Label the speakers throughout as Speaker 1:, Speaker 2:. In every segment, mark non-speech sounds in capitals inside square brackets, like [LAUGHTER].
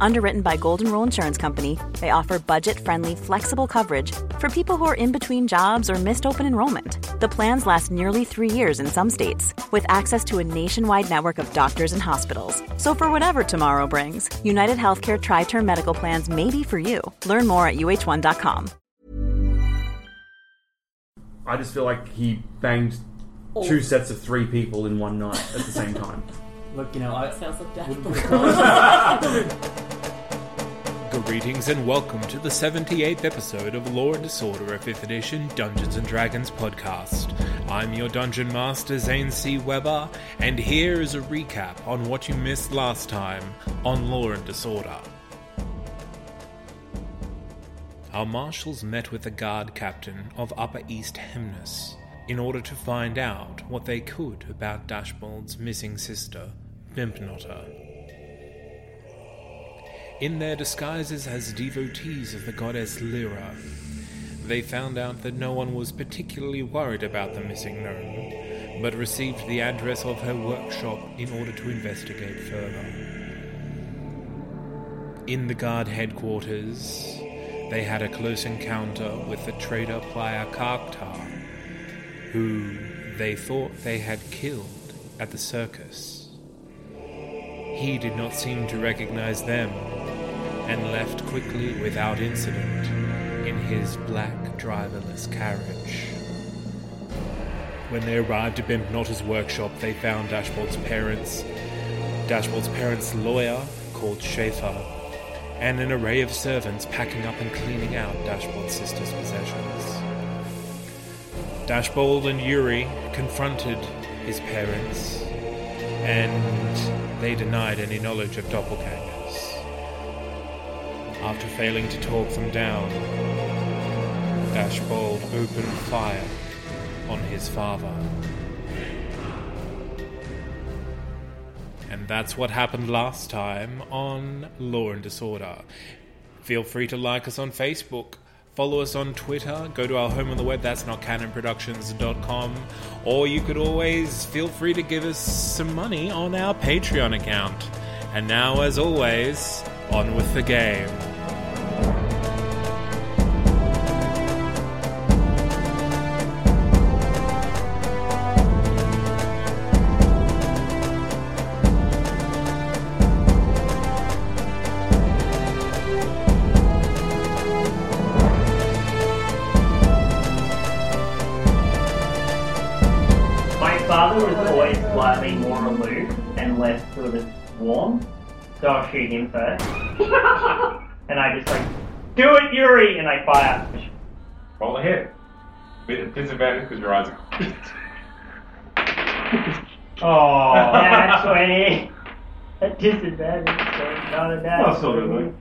Speaker 1: Underwritten by Golden Rule Insurance Company, they offer budget friendly, flexible coverage for people who are in between jobs or missed open enrollment. The plans last nearly three years in some states, with access to a nationwide network of doctors and hospitals. So, for whatever tomorrow brings, United Healthcare Tri Term Medical Plans may be for you. Learn more at uh1.com.
Speaker 2: I just feel like he banged two sets of three people in one night at the same time.
Speaker 3: Look, you know, I,
Speaker 4: Sounds like that.
Speaker 5: Greetings and welcome to the 78th episode of Law and Disorder, a 5th edition Dungeons and Dragons podcast. I'm your dungeon master, Zane C. Weber, and here is a recap on what you missed last time on Law and Disorder. Our marshals met with the guard captain of Upper East Hemnus in order to find out what they could about Dashbold's missing sister, Bimpnotter. In their disguises as devotees of the goddess Lyra, they found out that no one was particularly worried about the missing gnome, but received the address of her workshop in order to investigate further. In the guard headquarters, they had a close encounter with the traitor Playa Karktar, who they thought they had killed at the circus. He did not seem to recognize them and left quickly without incident in his black driverless carriage. When they arrived at Bimpnotta's workshop, they found Dashboard's parents, Dashboard's parents' lawyer called Schaefer, and an array of servants packing up and cleaning out Dashboard's sister's possessions. Dashbold and Yuri confronted his parents, and they denied any knowledge of doppelgangers. After failing to talk them down, Dashbold opened fire on his father. And that's what happened last time on Law and Disorder. Feel free to like us on Facebook, follow us on Twitter, go to our home on the web, that's not canonproductions.com, or you could always feel free to give us some money on our Patreon account. And now, as always, on with the game.
Speaker 6: My father was always slightly more aloof and less sort of warm, so I'll shoot him
Speaker 7: [LAUGHS]
Speaker 6: first. and I just like, do it, Yuri! And I fire.
Speaker 7: Roll ahead. With a disadvantage because your eyes are closed. [LAUGHS]
Speaker 6: Oh, that's 20. A disadvantage, so not a bad.
Speaker 7: That's not really.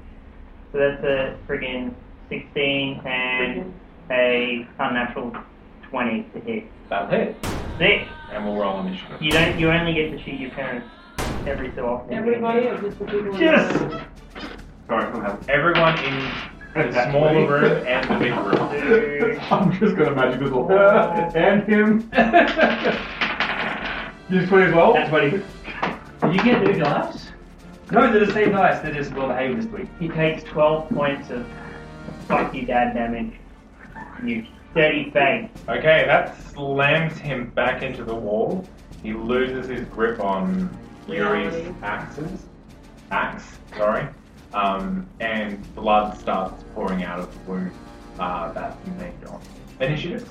Speaker 6: So that's a friggin' 16 and a unnatural 20 to hit.
Speaker 7: That'll hit.
Speaker 6: Six.
Speaker 7: And we'll roll
Speaker 8: [LAUGHS]
Speaker 7: initiative.
Speaker 6: You don't. You only get to shoot your parents every so often.
Speaker 4: Everybody of this particular
Speaker 6: Yes.
Speaker 7: Sorry, we'll have everyone in the smaller room and the big room.
Speaker 6: Two.
Speaker 8: [LAUGHS] I'm just gonna magic this
Speaker 7: [LAUGHS]
Speaker 8: all. and him. Use 20 as well?
Speaker 6: That's what he.
Speaker 3: you get new dice?
Speaker 7: No, they're the same dice, they're just well behaved this week.
Speaker 6: He takes 12 points of fuck you dad damage. You dirty fag.
Speaker 7: [LAUGHS] Okay, that slams him back into the wall. He loses his grip on Yuri's axes. Axe, sorry. Um, and blood starts pouring out of the wound uh, that he made on. Initiative.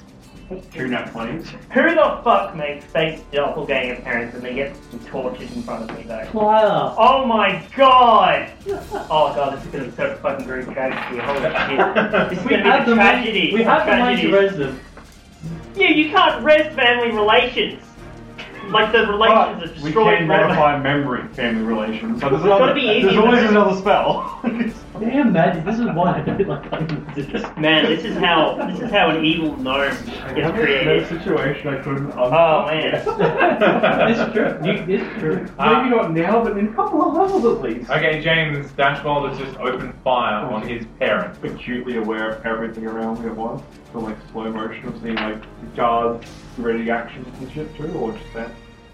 Speaker 8: Two nat 20s.
Speaker 6: Who the fuck makes fake doppelganger parents and they get tortured in front of me though?
Speaker 3: Plyer.
Speaker 6: Oh my god! Oh god, this is gonna be such a fucking group tragedy. Holy shit. This is
Speaker 3: We
Speaker 6: gonna be
Speaker 3: have
Speaker 6: a
Speaker 3: the money-
Speaker 6: tragedy.
Speaker 3: We have the money
Speaker 6: tragedy.
Speaker 3: to raise them.
Speaker 6: Yeah, you can't rest family relations. Like the relations are
Speaker 8: But we
Speaker 6: Oh, destroyed
Speaker 8: can
Speaker 6: forever.
Speaker 8: modify memory family relations. So there's
Speaker 6: gotta
Speaker 8: another,
Speaker 6: be easy
Speaker 8: there's always
Speaker 6: though.
Speaker 8: another spell. [LAUGHS]
Speaker 3: Damn, Matt, this is why I don't like onions.
Speaker 6: Man, this is how this is how an evil gnome gets
Speaker 8: No
Speaker 6: created.
Speaker 8: situation I couldn't.
Speaker 6: Oh man.
Speaker 3: it's true. You, it's true.
Speaker 8: [LAUGHS] Maybe not now, but in a couple of levels at least.
Speaker 7: Okay, James, Dashbold has just opened fire on his parents.
Speaker 8: acutely aware of everything around me at once. So like slow motion of seeing like the guards ready actions and shit too, or just that.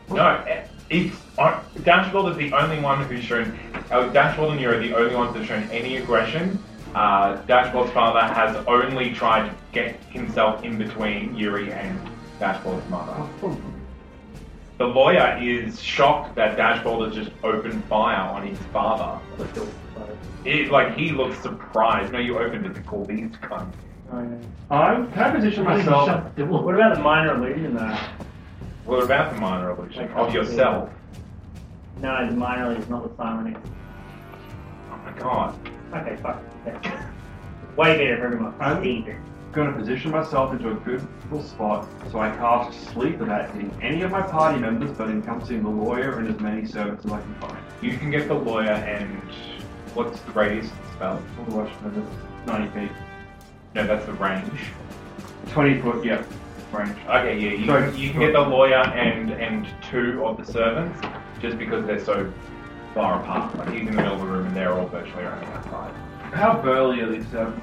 Speaker 7: No, it's, uh, Dashbold is the only one who's shown, uh, Dashbold and you are the only ones that have shown any aggression. Uh, Dashbold's father has only tried to get himself in between Yuri and Dashbold's mother. The lawyer is shocked that Dashbold has just opened fire on his father. It, like, he looks surprised. No, you opened it to call these cunts.
Speaker 8: I'm can I position myself
Speaker 3: Shut the door.
Speaker 8: What about the minor illusion though?
Speaker 7: What about the minor illusion of yourself?
Speaker 6: No, the minor is not the silent.
Speaker 7: Oh my god.
Speaker 6: Okay, fuck. Okay. Way better for everyone.
Speaker 8: I'm-
Speaker 6: Steve.
Speaker 8: [LAUGHS] Gonna position myself into a good little spot so I cast sleep without hitting any of my party members but encompassing the lawyer and as many servants as I can find.
Speaker 7: You can get the lawyer and what's the radius of the spell?
Speaker 8: Otherwise, you know, that's 90 feet.
Speaker 7: No, that's the range.
Speaker 8: 20 foot, yeah, range.
Speaker 7: Okay, yeah, you,
Speaker 8: Sorry.
Speaker 7: you can get the lawyer and and two of the servants just because they're so far apart. Like he's in the middle of the room and they're all virtually running outside.
Speaker 8: How burly are these um, servants?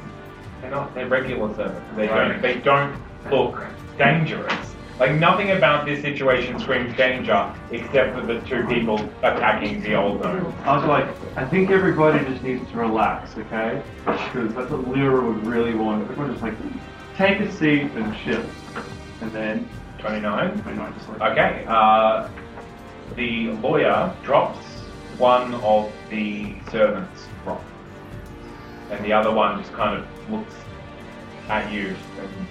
Speaker 7: They're not they're regular servants. They
Speaker 8: Right.
Speaker 7: don't they don't look dangerous. Like nothing about this situation screams danger except for the two people attacking the old gnome.
Speaker 8: I was like, I think everybody just needs to relax, okay? Because that's what Lyra would really want. Everyone just like, take a seat and
Speaker 4: [LAUGHS]
Speaker 8: chill. And then,
Speaker 7: Twenty nine.
Speaker 8: we're not just like,
Speaker 7: Okay. Uh, the lawyer drops one of the servants from, and the other one just kind of looks at you and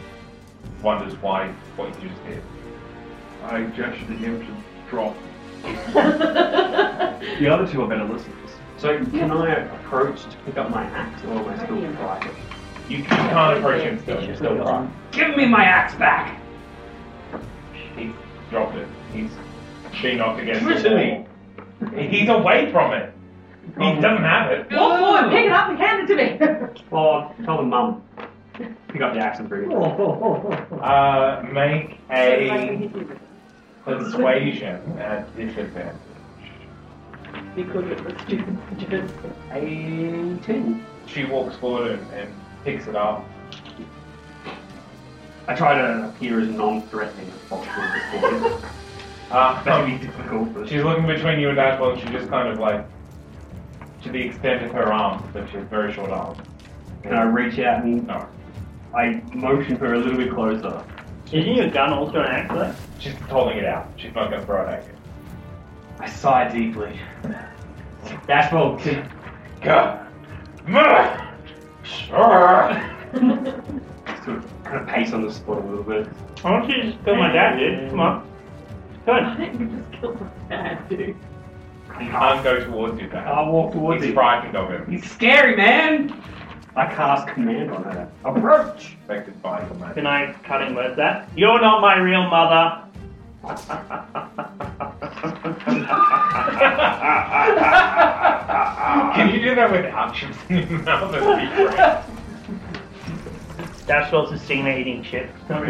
Speaker 7: wonders why what you just did.
Speaker 8: I gestured to him to drop. the other two are better listeners.
Speaker 4: So can I approach to pick up my axe or am I still private?
Speaker 7: You, you can't approach him still. You're still right.
Speaker 4: Give me my axe back!
Speaker 7: He dropped it. He's she knocked against the wall. He's away from it. He doesn't have it.
Speaker 4: Walk forward, pick it up and hand it to me! [LAUGHS] Well, tell the mum. Pick up the axe and bring it.
Speaker 7: Uh, make a persuasion at disadvantage.
Speaker 9: Because it was stupid.
Speaker 4: 18.
Speaker 7: She walks forward and, and picks it up.
Speaker 4: I try to appear as non-threatening as possible at this point. That
Speaker 7: Uh,
Speaker 4: would be difficult, but...
Speaker 7: she's looking between you and Dashboard, and she just kind of like, to the extent of her arm, but she has very short arms.
Speaker 4: Can I reach out and
Speaker 7: No.
Speaker 4: I motion her a little bit closer?
Speaker 6: Isn't your gun also an axe though?
Speaker 7: She's holding it out. She's not going to throw it at you.
Speaker 4: I sigh deeply. Dashbold, can-
Speaker 7: Go! Murr! Sure!
Speaker 4: sort of kind of pace on the spot a little bit.
Speaker 6: I want you to just kill my dad, dude. Come on. Come on.
Speaker 7: He can't go towards you, Dash.
Speaker 4: I walk towards
Speaker 7: He's
Speaker 4: him.
Speaker 7: frightened of him.
Speaker 4: He's scary, man! I cast command on her. Approach!
Speaker 7: Affected by the man.
Speaker 6: Can I cut in words that? You're not my real mother.
Speaker 7: Can you do that without [LAUGHS] chips in your mouth? That'd be great.
Speaker 6: That's also seen her eating chips.
Speaker 7: Um,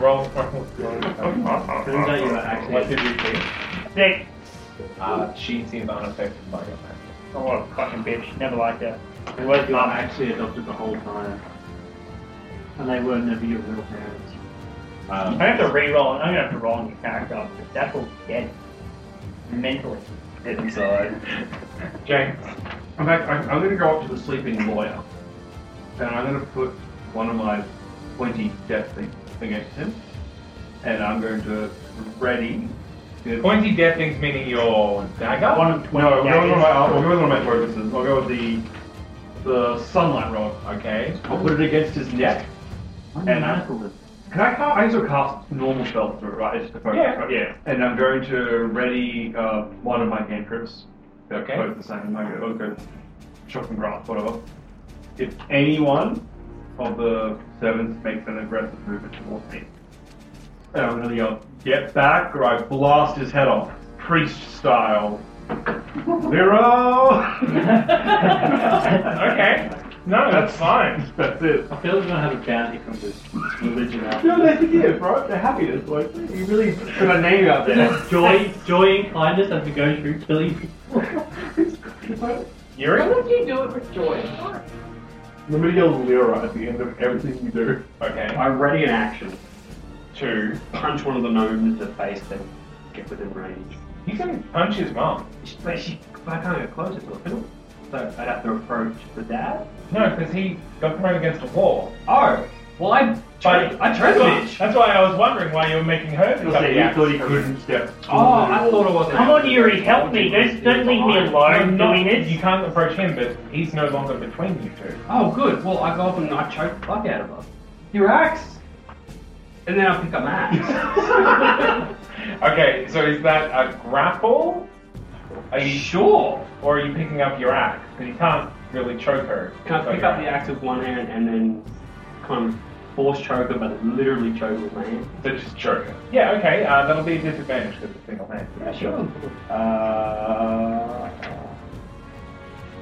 Speaker 7: roll, roll,
Speaker 4: Turns out you're actually-
Speaker 7: What did you think?
Speaker 6: [LAUGHS] Sick.
Speaker 7: Uh, she seems unaffected by your magic.
Speaker 6: Oh, what a fucking bitch. Never liked her.
Speaker 4: They weren't your actually adopted the whole time. And they were never your real parents.
Speaker 7: Um,
Speaker 6: I have to re-roll. I'm gonna have to roll on your character because that's all dead mentally.
Speaker 4: Hit inside.
Speaker 7: James,
Speaker 8: I'm, back, I'm, I'm going to go up to the sleeping lawyer, and I'm going to put one of my pointy death things against him, and I'm going to ready. Good.
Speaker 7: pointy death things meaning your dagger.
Speaker 6: One of twenty.
Speaker 8: No, we're going with
Speaker 6: daggers.
Speaker 8: my. I'll I'll go with one of my tortoises. I'll go with the the sunlight rod.
Speaker 7: Okay.
Speaker 8: I'll put it against his neck, and I'm. Can I cast? I can still cast normal spells through it, right? It's just a focus,
Speaker 7: Yeah.
Speaker 8: right? And I'm going to ready uh, one of my cantrips. They're
Speaker 7: Okay.
Speaker 8: Both the same. My okay. Shock and grasp, whatever. If anyone of the servants makes an aggressive movement towards me, and I'm going to yell, "Get back!" or I blast his head off, priest style.
Speaker 7: [LAUGHS] okay. No, that's fine.
Speaker 8: [LAUGHS] That's it.
Speaker 4: I feel like we're gonna have a bounty from this religion [LAUGHS]
Speaker 8: No,
Speaker 4: out.
Speaker 8: they forgive, right? They're happy. It's like, you really put a name out
Speaker 6: [LAUGHS]
Speaker 8: there.
Speaker 4: Joy, joy and kindness have to go through killing people.
Speaker 8: It's like,
Speaker 9: Why
Speaker 7: Yuri?
Speaker 9: would you do it with joy? Why?
Speaker 8: let me yell Lyra at the end of everything you do.
Speaker 7: Okay.
Speaker 4: I ready in action.
Speaker 7: Two.
Speaker 4: Punch one of the gnomes in the face, then get within range.
Speaker 7: You can punch his mum.
Speaker 4: But she, I can't get closer to the fiddle. So I'd have to approach the dad.
Speaker 7: No, because he got thrown against a wall.
Speaker 4: Oh, well I,
Speaker 7: But
Speaker 4: I tried
Speaker 7: that's
Speaker 4: to
Speaker 7: why,
Speaker 4: bitch.
Speaker 7: that's why I was wondering why you were making her
Speaker 8: You'll
Speaker 7: become
Speaker 8: say
Speaker 7: the
Speaker 8: you
Speaker 7: axe.
Speaker 8: thought he couldn't step.
Speaker 4: Oh, I thought it wasn't.
Speaker 6: Come on, Yuri, help me. Don't, don't leave me
Speaker 7: No,
Speaker 6: alone doing
Speaker 7: not,
Speaker 6: this.
Speaker 7: you can't approach him, but he's no longer between you two. [LAUGHS]
Speaker 4: Oh, good. Well, I go up and I choke the fuck out of her. Your axe. And then I pick up my
Speaker 7: [LAUGHS]
Speaker 4: axe.
Speaker 7: Okay, so is that a grapple? Are you
Speaker 4: sure.
Speaker 7: Or are you picking up your axe? Because you can't really choke her.
Speaker 4: Can I pick up the axe with one hand and then kind of force choke her, but literally choke her with my hand?
Speaker 7: So just choke her. Yeah, okay, uh, that'll be a disadvantage because it's single hand.
Speaker 4: sure.
Speaker 7: Uh,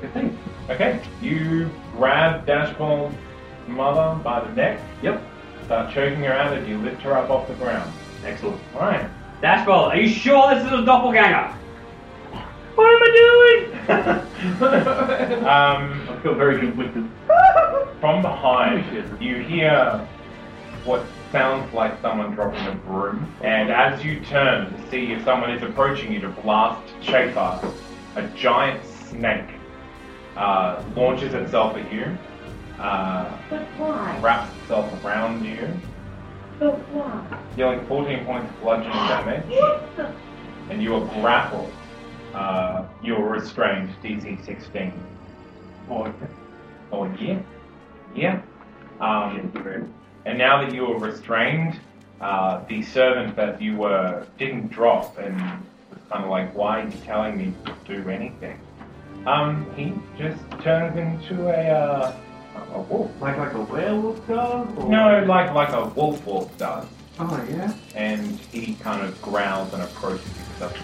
Speaker 4: Good thing.
Speaker 7: okay, you grab Dashball's mother by the neck,
Speaker 4: Yep.
Speaker 7: start choking her out as you lift her up off the ground.
Speaker 4: Excellent.
Speaker 7: Alright.
Speaker 4: Dashball, are you sure this is a doppelganger?
Speaker 6: What am I doing?
Speaker 7: Um,
Speaker 4: I feel very conflicted.
Speaker 7: From behind, you hear what sounds like someone dropping a broom, and as you turn to see if someone is approaching you to blast Chafer, a giant snake uh, launches itself at you, uh,
Speaker 9: But why?
Speaker 7: wraps itself around you,
Speaker 9: But why?
Speaker 7: dealing 14 points of
Speaker 9: [GASPS]
Speaker 7: bludgeoning damage,
Speaker 9: What the?
Speaker 7: and you are grappled. Uh, you are restrained, DC 16.
Speaker 8: Oh, okay.
Speaker 7: Oh, yeah. Yeah. Um, And now that you are restrained, uh, the servant that you were didn't drop and was kind of like, why are you telling me to do anything? Um, he just turns into a, uh, a wolf.
Speaker 8: Like, like a werewolf dog? Or...
Speaker 7: No, like like a wolf wolf does.
Speaker 8: Oh, yeah.
Speaker 7: And he kind of growls and approaches you doesn't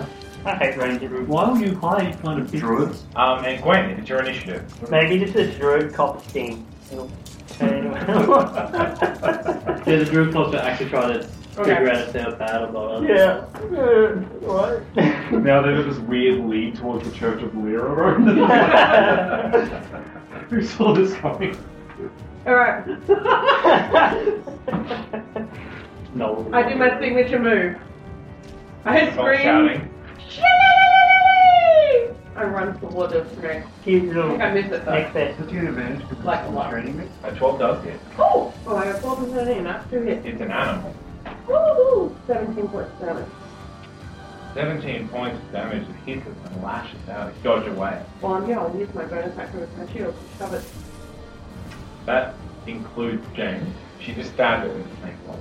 Speaker 7: he?
Speaker 6: I hate rangers.
Speaker 4: Why would you hire kind of [LAUGHS] druids?
Speaker 7: Um, and Gwen, it's your initiative.
Speaker 6: Maybe this is druid copper [LAUGHS] sting. It'll turn into-
Speaker 4: Yeah, the druid clubs are actually trying to figure out if they're bad or not.
Speaker 6: yeah. Uh, What?
Speaker 8: Now they've got this weird lead towards the Church of Lyra. Who saw this coming?
Speaker 9: Alright.
Speaker 4: [LAUGHS] No.
Speaker 9: I do my signature move. I
Speaker 7: Stop
Speaker 9: scream.
Speaker 7: shouting.
Speaker 9: "Shillelagh!" I run toward the snake.
Speaker 6: Cute
Speaker 9: I
Speaker 6: little
Speaker 9: think I missed it though.
Speaker 6: neck there.
Speaker 8: Does he have advantage because
Speaker 9: Like what?
Speaker 8: training
Speaker 7: A 12 does hit.
Speaker 9: Oh! Oh, I got 4 and 13. That's two hits.
Speaker 7: It's an animal.
Speaker 9: Woo! 17 points damage.
Speaker 7: 17 points of damage as he hits it and lashes out. He dodges away.
Speaker 9: Well, um, yeah, I'll use my bonus action with my shield to shove it.
Speaker 7: That includes James. She just stabbed it with the snake one.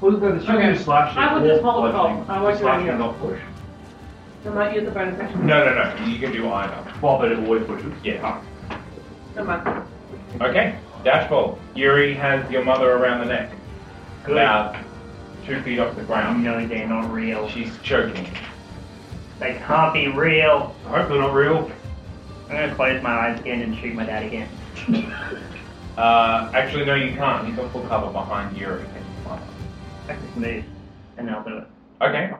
Speaker 8: Well, no, the
Speaker 9: Okay.
Speaker 8: okay. slash
Speaker 9: I will
Speaker 8: or
Speaker 9: just hold it
Speaker 8: bludgeoning.
Speaker 9: off. I won't do
Speaker 8: Slash
Speaker 9: anything.
Speaker 8: and not push.
Speaker 9: I might use the bonus action.
Speaker 7: No, no, no. You can do either.
Speaker 8: Well, but it always pushes.
Speaker 7: Yeah.
Speaker 9: No matter.
Speaker 7: Okay. Dashball. Yuri has your mother around the neck.
Speaker 6: Good.
Speaker 7: About two feet off the ground.
Speaker 6: No, they're not real.
Speaker 7: She's choking.
Speaker 6: They can't be real.
Speaker 8: I hope they're not real.
Speaker 6: I'm gonna close my eyes again and shoot my dad again.
Speaker 7: Uh, actually, no, you can't. You've got full cover behind Yuri and your mother.
Speaker 6: I just move, and I'll do it.
Speaker 7: Okay.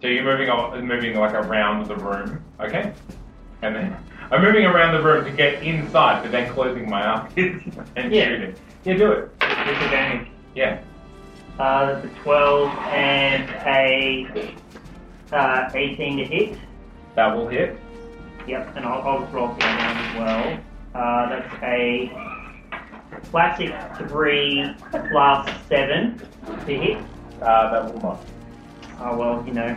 Speaker 7: so you're moving o- moving like around the room. Okay. And then I'm moving around the room to get inside, but then closing my eyes [LAUGHS] and
Speaker 6: Yeah.
Speaker 7: shooting. Yeah, do it.
Speaker 6: Disadvantage.
Speaker 7: Yeah.
Speaker 6: Uh, that's a 12 and a uh, 18 to hit.
Speaker 7: That will hit.
Speaker 6: Yep, and I'll, I'll just roll for that one as well. Uh, that's a classic 3 plus 7 to hit.
Speaker 7: Uh, that will not.
Speaker 6: Oh, well, you know.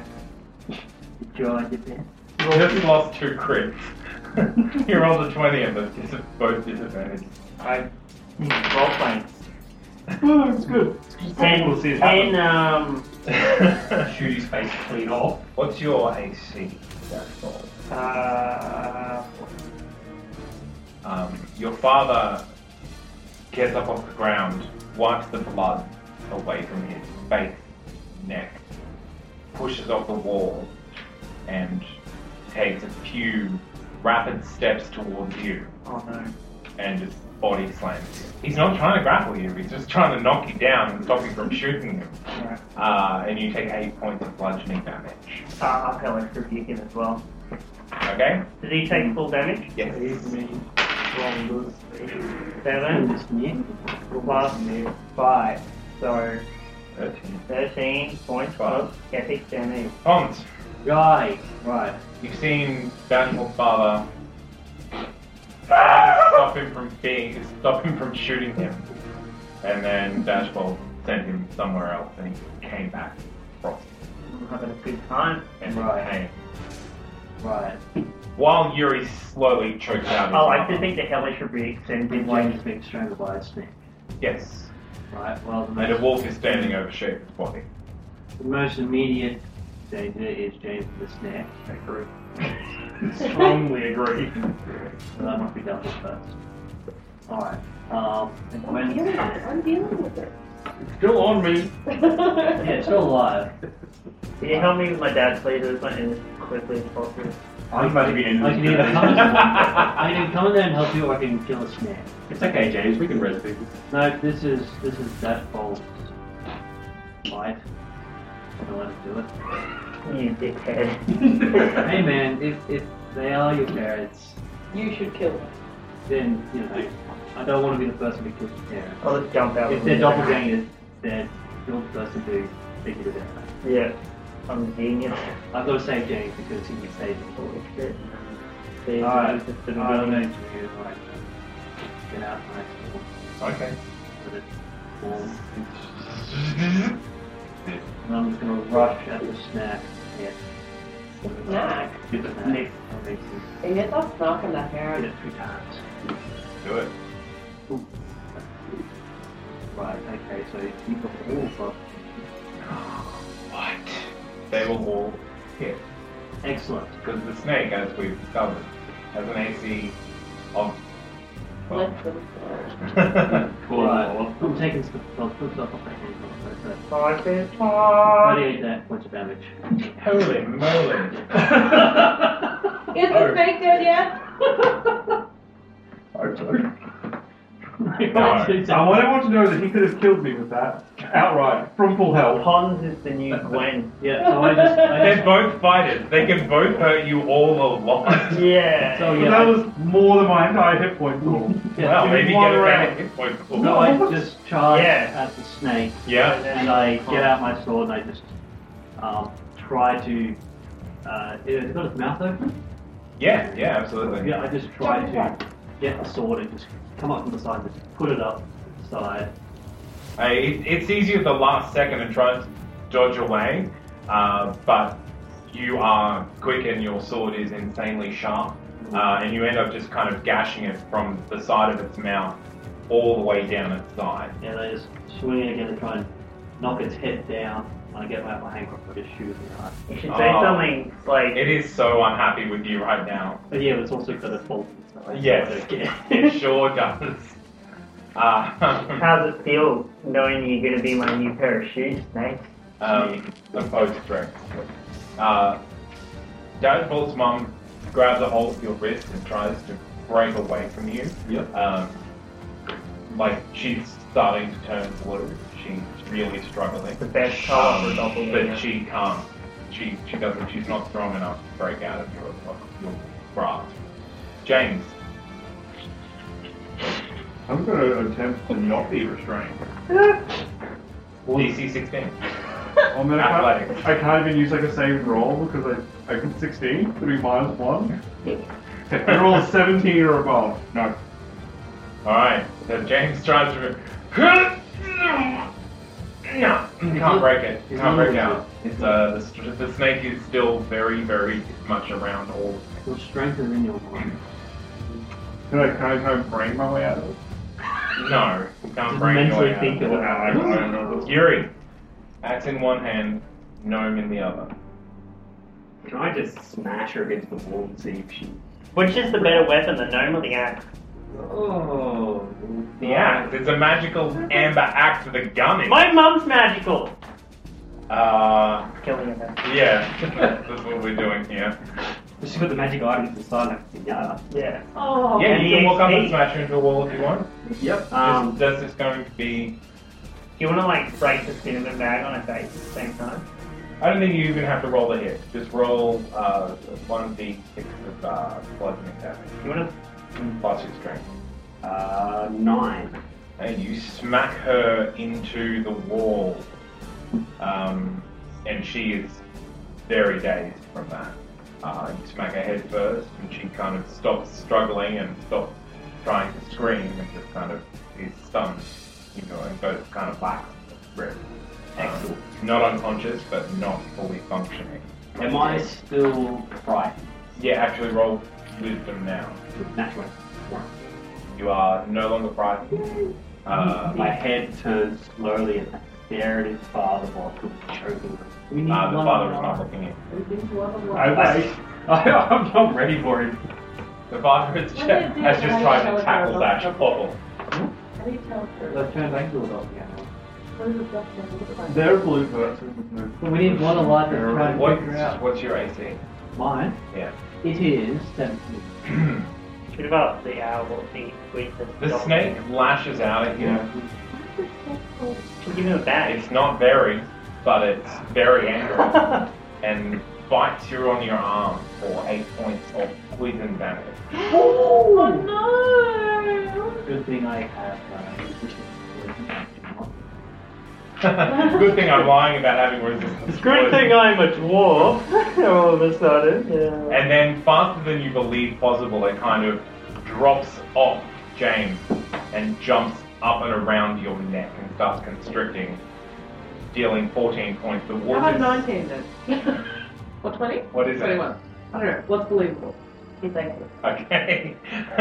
Speaker 6: Joy did that.
Speaker 7: You just lost two crits. [LAUGHS] you rolled a 20 and those dis- both disadvantages.
Speaker 6: I role playing.
Speaker 8: Oh, it's good. It's just painful
Speaker 6: Ten,
Speaker 8: to see it happen.
Speaker 6: ten, um,
Speaker 7: Shoot his face clean off. [LAUGHS] What's your AC? That's all.
Speaker 6: uh,
Speaker 7: Um, your father gets up off the ground, wipes the blood away from his face, neck, pushes off the wall, and takes a few rapid steps towards you
Speaker 6: Oh no.
Speaker 7: and just body slams you. He's not trying to grapple you, he's just trying to knock you down and stop you from shooting him.
Speaker 6: Yeah.
Speaker 7: Uh, and you take 8 points of bludgeoning damage.
Speaker 6: Uh, I'll go extra rebuke him as well.
Speaker 7: Okay?
Speaker 6: Does he take full damage?
Speaker 7: Yes.
Speaker 6: Seven plus five. So
Speaker 7: 13.
Speaker 6: 13 points
Speaker 7: Five.
Speaker 6: of epic damage.
Speaker 7: Hans,
Speaker 10: Right, right.
Speaker 7: you've seen Bountiful Father stop him from being, stop him from shooting him. And then Dashbolt sent him somewhere else and he came back. frosty.
Speaker 6: I'm having a good time.
Speaker 7: And
Speaker 10: Right.
Speaker 7: came.
Speaker 10: Right.
Speaker 7: While Yuri slowly chokes out his
Speaker 6: Oh, I
Speaker 7: mother.
Speaker 6: do think the hellish rebuke sends him
Speaker 10: Did
Speaker 6: like.
Speaker 10: James being strangled by a snake?
Speaker 7: Yes.
Speaker 10: Right. Well, the
Speaker 7: And a
Speaker 10: most,
Speaker 7: wolf is standing over Shaper's body.
Speaker 10: the most immediate danger is James the snake.
Speaker 7: I agree.
Speaker 10: Strongly agree. so that must be done with first. All right. Um, and
Speaker 9: I'm
Speaker 10: when,
Speaker 9: dealing with it. I'm dealing with it.
Speaker 8: Still on me.
Speaker 10: yeah, it's still alive.
Speaker 6: Can you help me with my dad's please? I just want to end this quickly as possible.
Speaker 8: I'm about to be in
Speaker 10: I can either come,
Speaker 8: this.
Speaker 10: I can come in there and help you, or I can kill a snake.
Speaker 8: It's okay, James. We can res people.
Speaker 10: No, this is this is that bold life. I'm gonna let it do it.
Speaker 6: You dickhead.
Speaker 10: [LAUGHS] hey man, if if they are your parents,
Speaker 9: [LAUGHS] You should kill them.
Speaker 10: then you know I don't want to be the person to kill your parents.
Speaker 6: I'll just jump out.
Speaker 10: If they're doppelgangers, then you're the person to figure it out.
Speaker 6: Yeah. I'm a genius.
Speaker 10: I've got to save James because he can save me.
Speaker 6: Holy shit. See,
Speaker 10: Alright,
Speaker 6: this is the
Speaker 10: I don't know
Speaker 6: beginning.
Speaker 10: you. Like, get out, nice.
Speaker 7: Okay.
Speaker 10: Put it warm. And I'm just gonna rush at the snack. Yeah.
Speaker 9: Snack.
Speaker 10: Get the snack. I'll make you
Speaker 9: And yet that's knocking the hair
Speaker 10: hit
Speaker 9: out.
Speaker 10: it three times.
Speaker 7: Do it.
Speaker 10: Right, okay, so you got all fuck.
Speaker 7: What? They will all hit.
Speaker 10: Excellent.
Speaker 7: Because the snake, as we've discovered, has an AC of.
Speaker 9: Bless them.
Speaker 7: [LAUGHS]
Speaker 10: Right. I'm taking stuff off my hands off my first.
Speaker 6: Five minutes.
Speaker 10: Thirty-eight that points of damage.
Speaker 7: Holy moly!
Speaker 9: Is
Speaker 7: Oh.
Speaker 9: the snake dead yet?
Speaker 10: [LAUGHS]
Speaker 8: I want everyone to know that [LAUGHS] he could have killed me with that outright from full health.
Speaker 6: Hans is
Speaker 8: [LAUGHS]
Speaker 6: the new Gwen.
Speaker 10: Yeah, so I
Speaker 7: [LAUGHS]
Speaker 10: just, I
Speaker 7: They're
Speaker 10: just
Speaker 7: both fighters. They can both hurt you all a lot.
Speaker 6: Yeah.
Speaker 10: so
Speaker 8: But
Speaker 10: yeah,
Speaker 8: that
Speaker 10: I-
Speaker 8: was more than my entire hit point pool.
Speaker 10: yeah,
Speaker 7: Well,
Speaker 8: In
Speaker 7: maybe
Speaker 8: one
Speaker 7: get a
Speaker 8: round.
Speaker 7: bad hit point pool.
Speaker 10: no, I just charge
Speaker 6: Yeah.
Speaker 10: at the snake
Speaker 7: Yeah.
Speaker 10: and I get out my sword and I just um, try to. Uh, it- it's got its mouth open.
Speaker 7: Yeah. Yeah. Absolutely.
Speaker 10: Yeah, I just try to get the sword and just come up from the side and just put it up the side.
Speaker 7: I, it, it's easier at the last second and try to dodge away, uh, but you are quick and your sword is insanely sharp, uh, and you end up just kind of gashing it from the side of its mouth all the way down its side.
Speaker 10: and I just swing it again and try and knock its head down. When I get my, my hand I just shoot it in the eye.
Speaker 6: [LAUGHS] You should say
Speaker 7: Oh.
Speaker 6: something like.
Speaker 7: It is so unhappy with you right now.
Speaker 10: But yeah, but it's also got a fault. and stuff.
Speaker 7: Yes,
Speaker 10: [LAUGHS]
Speaker 7: it sure does. [LAUGHS] Uh, [LAUGHS]
Speaker 6: How's it feel knowing you're going to be my new pair of shoes, Snake?
Speaker 7: um, the bow strength. Uh, Dashbolt's mum grabs a hold of your wrist and tries to break away from you.
Speaker 8: Yep.
Speaker 7: um, like she's starting to turn blue. She's really struggling.
Speaker 6: The best colour for
Speaker 7: Um,
Speaker 6: doppelganger.
Speaker 7: But she can't. She she doesn't. She's not strong enough to break out of your of your grasp. James,
Speaker 8: I'm going to attempt to not be restrained.
Speaker 7: DC 16.
Speaker 8: I'm gonna I,
Speaker 7: Athletics.
Speaker 8: can't, I can't even use like a saved roll because I I can 16, so it'd be minus
Speaker 10: [LAUGHS]
Speaker 8: one. I roll a 17 or above. No.
Speaker 7: All right. So James tries to. No, can't break it. Can't break out. It's uh, the, str- the snake is still very, very much around all the
Speaker 10: Your strength is in your mind.
Speaker 8: Can I kind of try and brain my way out of it?
Speaker 7: No, you can't
Speaker 10: Just
Speaker 7: brain your
Speaker 10: mentally
Speaker 7: way out
Speaker 10: think
Speaker 7: of
Speaker 10: of
Speaker 7: it.
Speaker 10: it.
Speaker 8: I, I don't know.
Speaker 7: Yuri, axe in one hand, gnome in the other.
Speaker 11: Can I just smash her against the wall and see if she?
Speaker 6: Which is the better weapon, the gnome or the axe?
Speaker 11: Oh,
Speaker 7: The axe. It's a magical amber axe with a gun in it.
Speaker 6: My mum's magical!
Speaker 7: Uh,
Speaker 6: Killing him.
Speaker 7: yeah, [LAUGHS] that's, that's what we're doing here.
Speaker 10: We should put the magic items aside next to Yara.
Speaker 6: Yeah.
Speaker 9: Oh.
Speaker 7: Yeah, E you
Speaker 6: the
Speaker 7: can walk up
Speaker 6: XP.
Speaker 7: and smash her into the wall if you want.
Speaker 6: Yep.
Speaker 7: Um,
Speaker 6: Um,
Speaker 7: that's just going to be.
Speaker 6: do you want to like break the cinnamon bag on her face at the same time?
Speaker 7: I don't think you even have to roll a hit. Just roll uh, one d six of uh, bludgeoning damage.
Speaker 6: You want to?
Speaker 7: Plus your strength.
Speaker 10: Uh, nine.
Speaker 7: And you smack her into the wall. Um, and she is very dazed from that. Uh, you smack her head first, and she kind of stops struggling and stops trying to scream and just kind of is stunned, you know, and goes kind of back. Rip. Um, not unconscious, but not fully functioning.
Speaker 10: Am I still frightened?
Speaker 7: Yeah, actually, roll wisdom now.
Speaker 10: Naturally.
Speaker 7: You are no longer frightened.
Speaker 10: Uh,
Speaker 7: Uh,
Speaker 10: my head turns slowly and I stare at his father while still choking.
Speaker 7: uh, the father is not looking in.
Speaker 10: I wait. I, I'm not ready for it.
Speaker 7: The father has,
Speaker 9: What did
Speaker 7: just-
Speaker 9: they
Speaker 7: has
Speaker 9: do?
Speaker 7: just
Speaker 9: Why
Speaker 7: tried
Speaker 9: did
Speaker 7: to
Speaker 9: they
Speaker 7: tackle
Speaker 9: tell
Speaker 7: that
Speaker 9: us?
Speaker 7: bottle.
Speaker 9: How do you tell her?
Speaker 4: Let's turn back to it off again.
Speaker 9: What does the document look like?
Speaker 8: They're blue person.
Speaker 4: But we need one alive to try and
Speaker 7: What's,
Speaker 4: figure out.
Speaker 7: what's your AC?
Speaker 4: Mine,
Speaker 7: Yeah.
Speaker 4: it is 17.
Speaker 6: What about the owl? The squeeze of
Speaker 7: The snake lashes out at you.
Speaker 6: Give him a bag.
Speaker 7: It's not very, but it's very angry and bites you on your arm for eight points of poison damage. [LAUGHS]
Speaker 9: Oh no!
Speaker 4: Good thing I have uh,
Speaker 10: uh,
Speaker 4: resistance.
Speaker 7: Good thing I'm lying about having resistance.
Speaker 6: [LAUGHS] It's a
Speaker 7: to
Speaker 6: good
Speaker 7: poison.
Speaker 6: thing I'm a dwarf. [LAUGHS] All of a sudden. Yeah.
Speaker 7: And then, faster than you believe possible, it kind of drops off James and jumps up and around your neck and starts constricting, dealing 14 points. The
Speaker 9: I have
Speaker 7: water. [LAUGHS]
Speaker 9: 19 then. or 20?
Speaker 7: What is it?
Speaker 9: 21. I don't know. What's believable? He's like,
Speaker 7: Okay. [LAUGHS]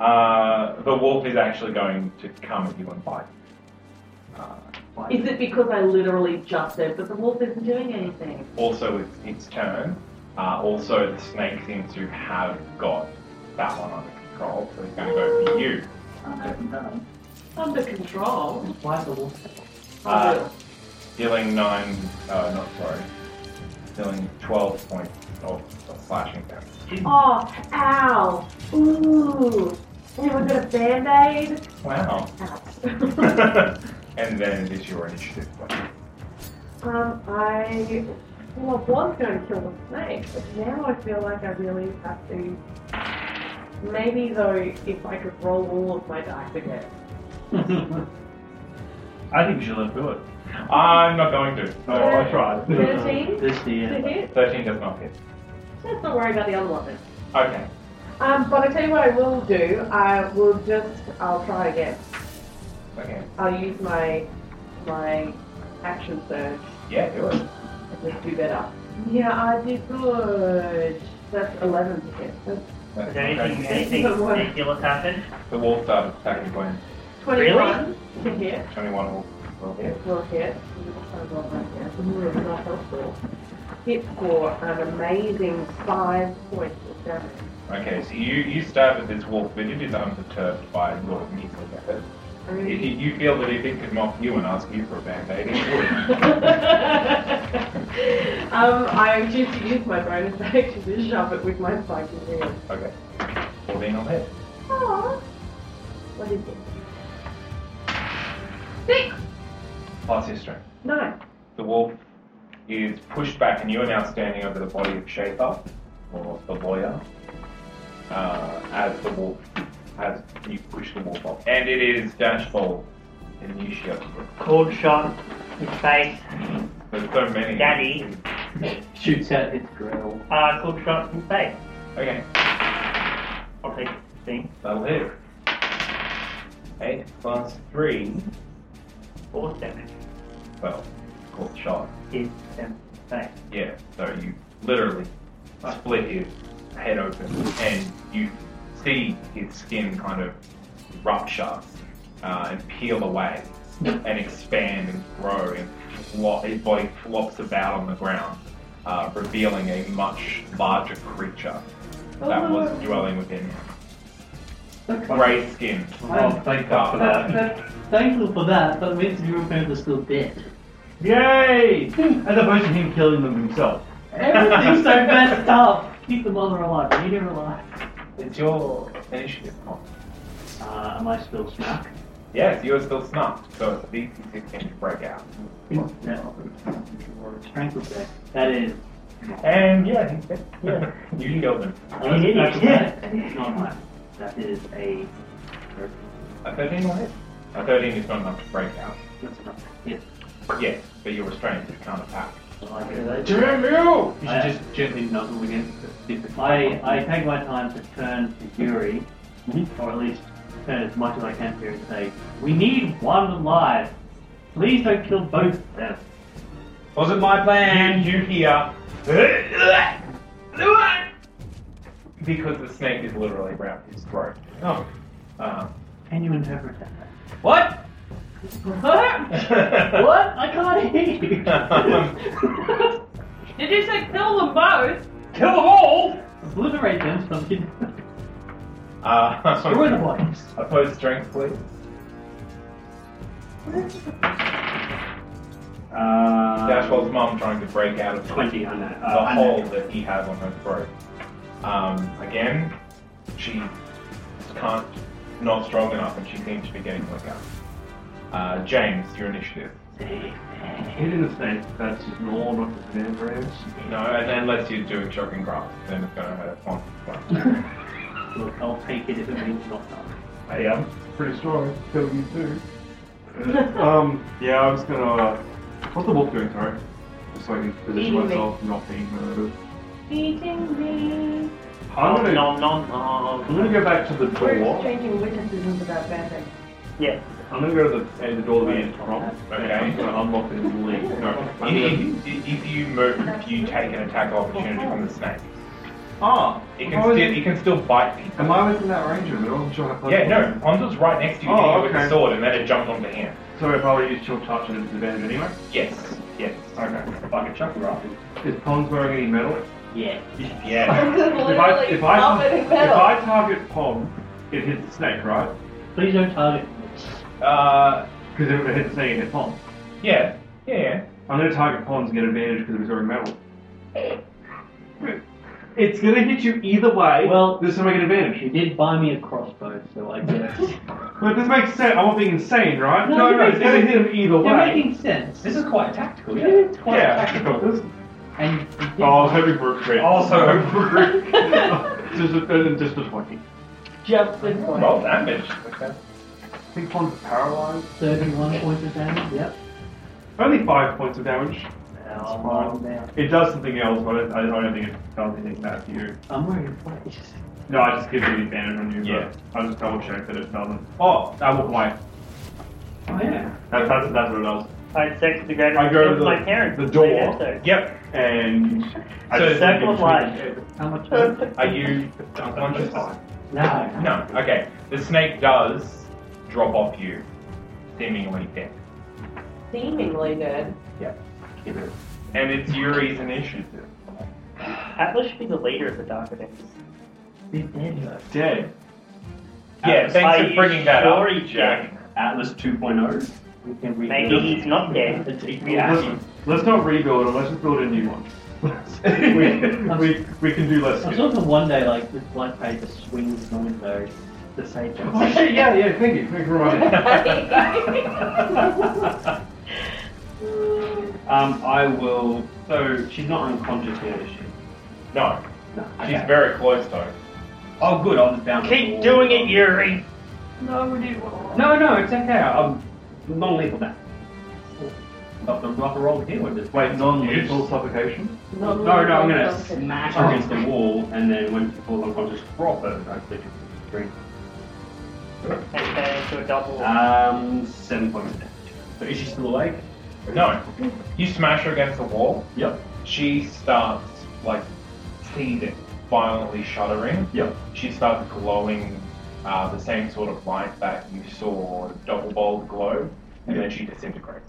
Speaker 7: uh, the wolf is actually going to come at you and bite. Uh,
Speaker 9: is it because I literally just said, but the wolf isn't doing anything?
Speaker 7: also, it's its turn. Uh, also, the snake seems to have got that one under control, so it's going to go for you.
Speaker 9: Under control.
Speaker 4: Why the wolf?
Speaker 7: Uh, dealing nine, uh, not sorry, dealing 12 points of, of slashing oh, damage.
Speaker 9: Oh, ow. Ooh. Anyone got a band aid?
Speaker 7: Wow.
Speaker 9: Ouch.
Speaker 7: [LAUGHS] and then it is your initiative.
Speaker 9: [LAUGHS] Um, I well, I was going to kill the snake, but now I feel like I really have to. Maybe though, if I could roll all of my dice again.
Speaker 8: I think you should let her do it.
Speaker 7: I'm not going to.
Speaker 8: Oh, I tried.
Speaker 9: Thirteen
Speaker 4: This the
Speaker 9: to
Speaker 4: end.
Speaker 9: hit.
Speaker 7: 13 does not hit.
Speaker 9: Let's not worry about the other one then.
Speaker 7: Okay.
Speaker 9: Um, but I tell you what I will do. I will just. I'll try again.
Speaker 7: Okay.
Speaker 9: I'll use my my action surge.
Speaker 7: Yeah, do it.
Speaker 9: Let's do better. Yeah, I did good. That's eleven to hit. That's
Speaker 7: That's
Speaker 6: Is there anything,
Speaker 7: okay.
Speaker 6: anything ridiculous happen?
Speaker 7: The wolf started attacking Gwen.
Speaker 9: twenty-one to hit.
Speaker 7: 21 will, will hit.
Speaker 9: Well, hit. I got my hit. Ooh, not helpful. Hit for an amazing five points of damage.
Speaker 7: Okay, so you, you stab at this wolf, but it is unperturbed by your measly effort.
Speaker 9: I
Speaker 7: If
Speaker 9: mean-
Speaker 7: you- you feel that if it could mock you and ask you for a band-aid, it
Speaker 8: [LAUGHS]
Speaker 7: would.
Speaker 9: [LAUGHS] um, I choose to use my bonus action to shove it with my spiky wheel.
Speaker 7: Okay. 14 will hit.
Speaker 9: Aww. What is it? Six!
Speaker 7: Plus your strength.
Speaker 9: No.
Speaker 7: The wolf is pushed back, and you are now standing over the body of Shaper, or the lawyer, uh, as the wolf, as you push the wolf off. And it is Dashball, and you shoot.
Speaker 6: Cold shot. His face.
Speaker 7: There's so many.
Speaker 6: Daddy.
Speaker 10: uh,
Speaker 4: Shoots out its grill.
Speaker 6: Uh, cold shot. His face.
Speaker 7: Okay,
Speaker 6: I'll take the thing.
Speaker 7: that'll hit. 8 plus 3,
Speaker 6: Four damage.
Speaker 7: 12. Cool shot.
Speaker 6: His um, face.
Speaker 7: Yeah, so you literally split his head open and you see his skin kind of rupture uh, and peel away and expand and grow and flop, his body flops about on the ground, uh, revealing a much larger creature that was dwelling within him. Grey skin.
Speaker 4: Oh, thank God for that. Thankful for that, but it means the Europeans are still dead.
Speaker 8: Yay! As opposed to him killing them himself.
Speaker 3: Everything's so messed up. Keep the mother alive. Need her alive.
Speaker 7: It's your initiative. Mark.
Speaker 10: Uh, am I still snuck?
Speaker 7: Yes, you're still snuffed, so it's DC 16 to break out.
Speaker 10: No. Strength of that. That is.
Speaker 7: And yeah, he's dead.
Speaker 10: Yeah.
Speaker 7: [LAUGHS] you killed him.
Speaker 10: Uh, that's yeah. Not much. That is a.
Speaker 7: A 13 will hit. A 13 is not enough to break out.
Speaker 10: That's enough. Yes.
Speaker 7: Yes, but you're restrained, you can't attack.
Speaker 10: I hear that.
Speaker 8: Damn you! You should
Speaker 10: I-
Speaker 8: just gently nuzzle against it.
Speaker 10: I, I take my time to turn to Yuri, or at least turn as much as I can to her and say, We need one alive. Please don't kill both of them.
Speaker 7: Wasn't my plan. You hear. Because the snake is literally around his throat. Oh. Um,
Speaker 10: Can you interpret that?
Speaker 7: [LAUGHS] what?
Speaker 10: what? I can't hear you.
Speaker 9: Did you say kill them both?
Speaker 10: [LAUGHS] Kill them all! Obliterate them, something.
Speaker 7: uh,
Speaker 10: Screw the ones.
Speaker 7: [LAUGHS] Opposed strength, please.
Speaker 10: Uh,
Speaker 7: Dashwell's mum trying to break out of
Speaker 10: 20 on that.
Speaker 7: the
Speaker 10: Uh, I know.
Speaker 7: hole that he has on her throat. Um, again, she can't, not strong enough, and she seems to be getting work out. Uh, James, your initiative.
Speaker 8: Hit in the snake, that's his normal, not his membranes.
Speaker 7: No, and unless you're doing shocking grasp, then it's going to hurt. One, [LAUGHS]
Speaker 10: Look, I'll take it if it means not done.
Speaker 8: I
Speaker 7: um,
Speaker 8: am pretty strong, kill you too. um, yeah, I was gonna. Uh, what's the wolf doing, sorry? Just so I can position
Speaker 9: Eating me.
Speaker 8: myself, not being murdered.
Speaker 9: Eating me.
Speaker 8: I'm gonna,
Speaker 10: Nom nom nom.
Speaker 8: I'm gonna go back to the
Speaker 9: We're
Speaker 8: door.
Speaker 9: exchanging witnesses into that bandit.
Speaker 10: Yeah.
Speaker 8: I'm gonna go to the, uh, the door that we entered from.
Speaker 7: Okay.
Speaker 8: I'm gonna unlock it and leave. No,
Speaker 7: [LAUGHS] No. If, if, if you move, you take an attack opportunity from the snake.
Speaker 8: Ah, am I
Speaker 7: It can, still,
Speaker 8: within-
Speaker 7: it can still bite people.
Speaker 8: Am I within that range of it? I'm sure. I-
Speaker 7: Yeah, no, Ponzo's right next to you
Speaker 8: Oh,
Speaker 7: with
Speaker 8: okay.
Speaker 7: the sword, and then it jumped onto him.
Speaker 8: So I probably use chill touch and disadvantage anyway.
Speaker 7: Yes, yes.
Speaker 8: Okay.
Speaker 10: Like a chuckle rock.
Speaker 8: Is Pons wearing any metal?
Speaker 10: Yeah.
Speaker 7: Yeah. [LAUGHS]
Speaker 8: if I
Speaker 9: Literally
Speaker 8: if I,
Speaker 9: covered in
Speaker 8: if
Speaker 9: metal.
Speaker 8: I target Pons, it hits the snake, right?
Speaker 10: Please don't target me.
Speaker 7: Uh,
Speaker 8: Because if it hits the snake, it hits Pons.
Speaker 7: yeah, yeah, yeah.
Speaker 8: I'm gonna target Pons and get advantage because it was wearing metal. It's gonna hit you either way.
Speaker 10: Well-
Speaker 8: this time I get
Speaker 10: She
Speaker 8: advantage.
Speaker 10: did buy me a crossbow, so I [LAUGHS] guess.
Speaker 8: But this makes sense. I'm not being insane, right?
Speaker 10: No,
Speaker 8: no,
Speaker 10: you're
Speaker 8: it's gonna hit him either
Speaker 10: You're
Speaker 8: way.
Speaker 10: making sense.
Speaker 3: This is quite tactical,
Speaker 10: Yeah,
Speaker 3: yeah.
Speaker 10: it's quite
Speaker 7: Yeah.
Speaker 10: tactical.
Speaker 8: This-
Speaker 10: And you did-
Speaker 8: Oh, I was hoping for a crit.
Speaker 7: Also-
Speaker 8: [LAUGHS] just, a, just a 20.
Speaker 10: just in point.
Speaker 7: Well damage. Okay.
Speaker 8: I think Pons is paralyzed.
Speaker 10: 31 points of damage, yep.
Speaker 8: Only 5 points of damage.
Speaker 10: Now I'm on now.
Speaker 8: It does something else, but I, I don't think it does anything bad to you.
Speaker 10: I'm wearing plates.
Speaker 8: No, I just give you the advantage on you,
Speaker 7: Yeah.
Speaker 8: but I'll just double check that it doesn't. Oh, I walk away.
Speaker 10: Oh, yeah.
Speaker 8: That, that's, that's what it does.
Speaker 6: I'd sex to go to,
Speaker 8: I go to the-
Speaker 6: my parents.
Speaker 8: the
Speaker 6: They
Speaker 8: door.
Speaker 6: did so.
Speaker 7: Yep.
Speaker 8: And I
Speaker 7: So
Speaker 8: just
Speaker 6: circle of life.
Speaker 10: How much damage?
Speaker 7: Are you unconscious?
Speaker 10: [LAUGHS] No.
Speaker 7: No. Okay. The snake does drop off you, seemingly dead.
Speaker 9: Seemingly dead.
Speaker 7: Yep. And it's Yuri's initiative.
Speaker 6: Atlas should be the leader of the Dark Avengers.
Speaker 10: He's dead, though.
Speaker 8: Dead.
Speaker 7: Yeah,
Speaker 6: Atlas,
Speaker 7: thanks
Speaker 6: are
Speaker 7: for
Speaker 6: you
Speaker 7: bringing that
Speaker 6: sure
Speaker 7: up,
Speaker 6: he's
Speaker 7: Jack.
Speaker 10: Atlas 2.0. We can read
Speaker 6: Maybe he's
Speaker 8: [LAUGHS]
Speaker 6: not dead.
Speaker 10: Yeah.
Speaker 8: Listen, let's not rebuild it, let's just build a new
Speaker 7: [LAUGHS]
Speaker 8: one. we, we, we can do less.
Speaker 10: I saw them one day, like, this white paper swings the window to say [LAUGHS]
Speaker 8: Oh
Speaker 10: that.
Speaker 8: shit, yeah, yeah, thank you. Thank you for reminding me.
Speaker 10: Um, I will. So, she's not unconscious yet, is she?
Speaker 7: No.
Speaker 10: No.
Speaker 7: She's
Speaker 10: okay.
Speaker 7: very close though.
Speaker 10: Oh, good, I'll just bounce.
Speaker 6: Keep doing it, Yuri.
Speaker 9: No, we did wrong.
Speaker 10: No, no, it's okay. I'm non lethal now. Up the rock and roll here with this.
Speaker 8: Wait, non lethal suffocation?
Speaker 9: No,
Speaker 10: No, no, I'm gonna smash her against the wall, and then when she falls unconscious, drop her. I click it. Great.
Speaker 6: And turn into a double.
Speaker 7: Uh,
Speaker 10: Um, seven points of damage. So is she still awake?
Speaker 7: No. You smash her against the wall.
Speaker 10: Yep.
Speaker 7: She starts like seething, violently shuddering.
Speaker 10: Yep.
Speaker 7: She starts glowing uh, the same sort of light that you saw Double Bold glow, and then she disintegrates.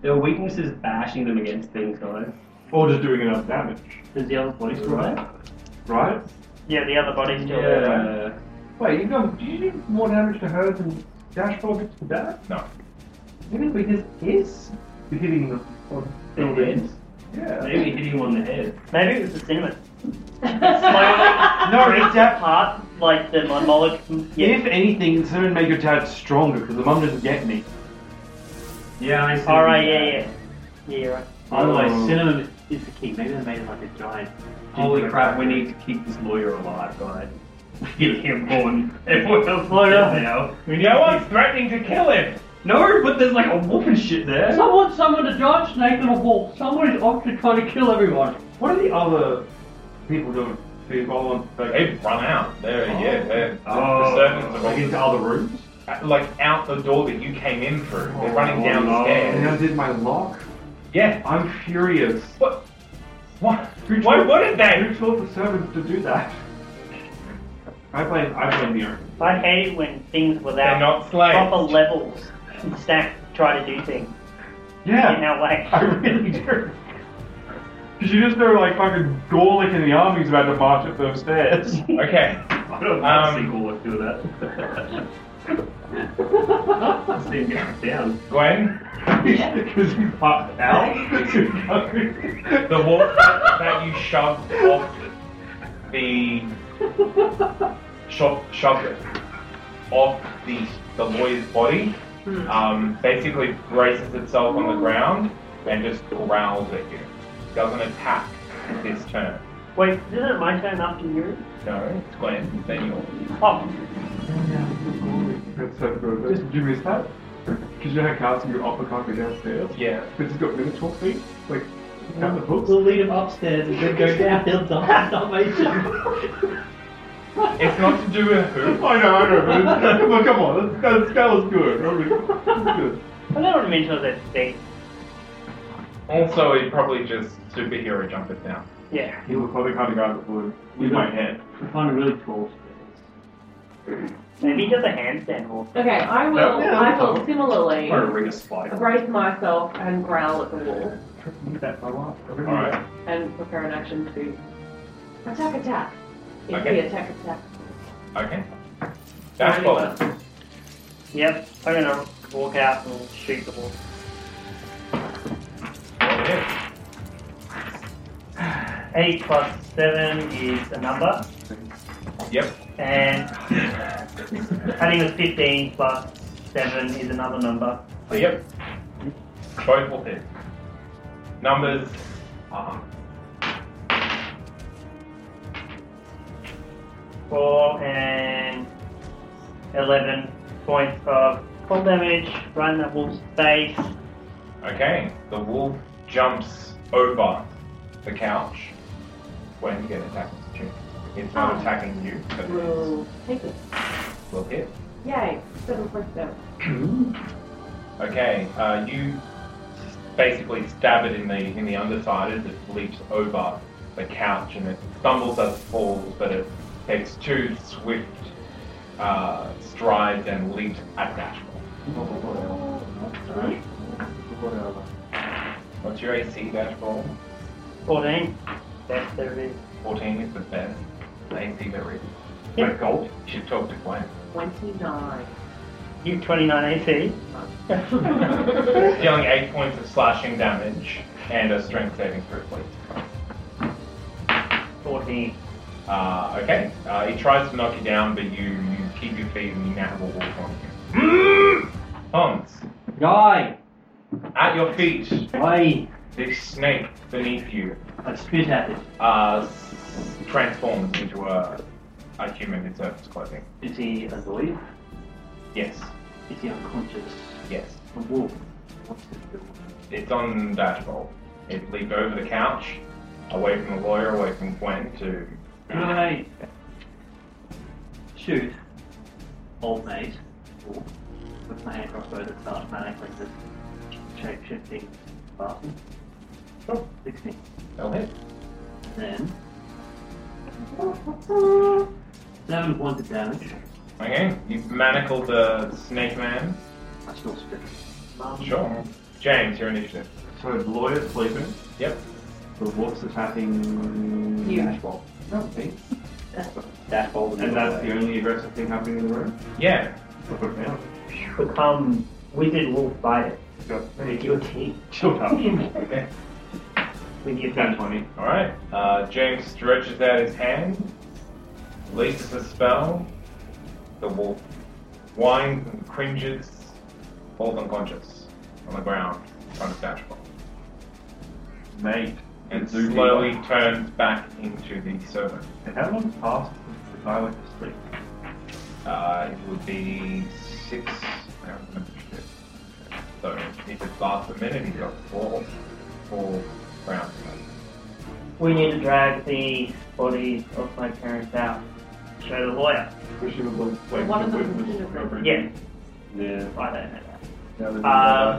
Speaker 10: Their weakness is bashing them against things, guys.
Speaker 8: Or just doing enough damage,
Speaker 10: Does the other body still there?
Speaker 8: right?
Speaker 6: Yeah, the other body's still there. right?
Speaker 8: Wait, you done, did you do more damage to her than Dashboard did to that?
Speaker 7: No.
Speaker 10: Even with his kiss?
Speaker 8: You're hitting the buildings. Yeah.
Speaker 10: Maybe hitting him on the head.
Speaker 6: Maybe it was the
Speaker 7: [LAUGHS]
Speaker 6: cinnamon. no, ripped that part, like the monolith.
Speaker 8: If anything, the cinnamon make your dad stronger because the mum doesn't get me.
Speaker 10: Yeah, I see.
Speaker 6: Alright, yeah, yeah. Yeah, you're right.
Speaker 10: Otherwise,
Speaker 8: Oh.
Speaker 10: cinnamon is the key. Maybe they made him like a giant.
Speaker 4: Holy crap, we need to keep this lawyer alive,
Speaker 10: [LAUGHS]
Speaker 4: guys.
Speaker 10: Give him one.
Speaker 4: Everyone else is dead now.
Speaker 7: No one's threatening to kill him.
Speaker 4: No, but there's like a wolf and shit there.
Speaker 3: I want someone to giant snake and a wolf. Someone is actually trying to kill everyone.
Speaker 8: What are the other people doing? People on
Speaker 7: They've run out. They're, yeah, they're,
Speaker 8: Oh.
Speaker 7: the servants
Speaker 8: like into
Speaker 7: are all,
Speaker 8: other rooms?
Speaker 7: like out the door that you came in through. They're running
Speaker 8: Oh,
Speaker 7: down the
Speaker 8: And
Speaker 7: stairs.
Speaker 8: now did my lock?
Speaker 7: Yeah.
Speaker 8: I'm furious.
Speaker 7: What? What?
Speaker 8: Who
Speaker 7: Why
Speaker 8: told-
Speaker 7: wouldn't
Speaker 8: Who [LAUGHS]
Speaker 7: they?
Speaker 8: told the servants to do that? I blame I blame the owner.
Speaker 6: I hate it when things
Speaker 7: They're
Speaker 6: without
Speaker 7: not
Speaker 6: proper
Speaker 7: slaves.
Speaker 6: levels and stack try to do things in
Speaker 8: Yeah,
Speaker 6: our way.
Speaker 8: I really do. Because you just know, like fucking Gorlick in the army's about to march up those stairs.
Speaker 7: Okay. um,
Speaker 10: I don't
Speaker 7: want
Speaker 10: want
Speaker 7: to
Speaker 10: to
Speaker 7: see
Speaker 10: see Gorlock do
Speaker 4: [LAUGHS]
Speaker 10: that. I've seen him down.
Speaker 7: Gwen, [LAUGHS]
Speaker 8: Because he popped out.
Speaker 7: the wolf that, that you shoved off
Speaker 8: [LAUGHS]
Speaker 7: the shop shoved off the the lawyer's body
Speaker 8: Hmm.
Speaker 7: um, basically braces itself on the ground and just growls at you. Doesn't attack this turn.
Speaker 6: Wait, isn't it my turn after yours?
Speaker 7: No, it's Gwen, then yours.
Speaker 6: Oh,
Speaker 8: That's so good. Did you miss that? Because you know how casting your uppercut go downstairs?
Speaker 7: Yeah.
Speaker 8: But he's got miniature feet, like down the hooks.
Speaker 10: We'll lead him upstairs and then go [LAUGHS] downhill to our salvation.
Speaker 7: It's not to do with who.
Speaker 8: I know, I know. but- [LAUGHS] Well, come on, that, that, that was good. I mean, that's good.
Speaker 6: I don't want to mention that thing.
Speaker 7: Also, it probably just superhero jump it down.
Speaker 6: Yeah.
Speaker 8: He looks like the kind of guy that would leave my head.
Speaker 10: We find a really tall stairs.
Speaker 6: Maybe just a handstand walk.
Speaker 9: Okay, I will.
Speaker 8: Yeah,
Speaker 9: I
Speaker 8: that's
Speaker 9: will similarly
Speaker 4: Trying to ring a spider.
Speaker 9: brace myself and growl at the wall
Speaker 8: That's my life.
Speaker 7: Alright.
Speaker 9: and prepare an action to attack, attack. If
Speaker 7: Okay.
Speaker 9: the attack, attack.
Speaker 7: Okay. That's
Speaker 9: Right.
Speaker 7: cool.
Speaker 6: Yep, I'm gonna walk out and shoot the wall.
Speaker 7: Yeah.
Speaker 6: 8 plus 7 is a number,
Speaker 7: Yep.
Speaker 6: and uh, I think it's 15 plus 7 is another number.
Speaker 7: Yep. Both will hit. Numbers are
Speaker 6: 4 and 11 points of full damage, run the wolf's face.
Speaker 7: okay. The wolf jumps over the couch when you get attacked. It's not
Speaker 9: Oh.
Speaker 7: attacking you, but it is-
Speaker 9: We'll take it.
Speaker 7: will hit.
Speaker 9: Yay! Seven points of damage.
Speaker 7: Okay, uh, you basically stab it in the in the underside as it leaps over the couch and it stumbles as it falls, but it takes two swift uh, strides and leaps at Dashboard. What's your AC, Dashboard?
Speaker 6: 14. That's the reason.
Speaker 7: 14 is the best AC there is.
Speaker 6: Yep.
Speaker 7: Like gold. You should talk to Gwen.
Speaker 9: Twenty-nine.
Speaker 6: You 29
Speaker 10: [LAUGHS]
Speaker 6: AC.
Speaker 7: Dealing 8 points of slashing damage and a strength saving throw, please.
Speaker 6: 14.
Speaker 7: Uh, okay. Uh, he tries to knock you down, but you, you keep your feet and you now have a walk on him. Hans,
Speaker 10: Guy!
Speaker 7: at your feet,
Speaker 10: Why?
Speaker 7: this snake beneath you
Speaker 10: I spit at it.
Speaker 7: uh, s- transforms into a, a human in surface clothing.
Speaker 10: Is he a lawyer?
Speaker 7: Yes,
Speaker 10: Is he unconscious?
Speaker 7: yes.
Speaker 10: A wolf? What's his deal?
Speaker 7: It's on dash roll. It leaped over the couch, away from the lawyer, away from Gwen to.
Speaker 10: Can I shoot old mate or with my hand crossbow that's automatically just shape shifting button? Oh, 16.
Speaker 7: That'll hit.
Speaker 10: And then 7 points of damage.
Speaker 7: Okay, you've manacled the snake man.
Speaker 10: I still spit.
Speaker 7: Sure. James, your initiative.
Speaker 8: Um, So lawyer's sleeping,
Speaker 7: Yep.
Speaker 8: the wolf's attacking
Speaker 9: You.
Speaker 8: Dashbolt. No, me.
Speaker 10: That old
Speaker 8: And that's the only aggressive thing happening in the room.
Speaker 7: Yeah.
Speaker 8: Look at him.
Speaker 6: Become wizard wolf fighter. With your teeth. [LAUGHS]
Speaker 8: Shut up.
Speaker 6: With your
Speaker 7: Ten twenty. All right. Uh, James stretches out his hand, releases a spell. The wolf whines and cringes, falls unconscious on the ground, in front of Dashboard.
Speaker 8: Mate.
Speaker 7: and
Speaker 8: Zoom
Speaker 7: slowly turns back into the servant.
Speaker 8: And how long passed since the guy went to sleep?
Speaker 7: Uh, it would be six. I don't remember shit. So if it lasts a minute, he's got four, four rounds.
Speaker 6: We need to drag the bodies of my parents out. Show the lawyer.
Speaker 9: One of them was in a room.
Speaker 6: Yeah,
Speaker 10: Yeah.
Speaker 6: I don't know that.
Speaker 10: That was,
Speaker 6: Uh,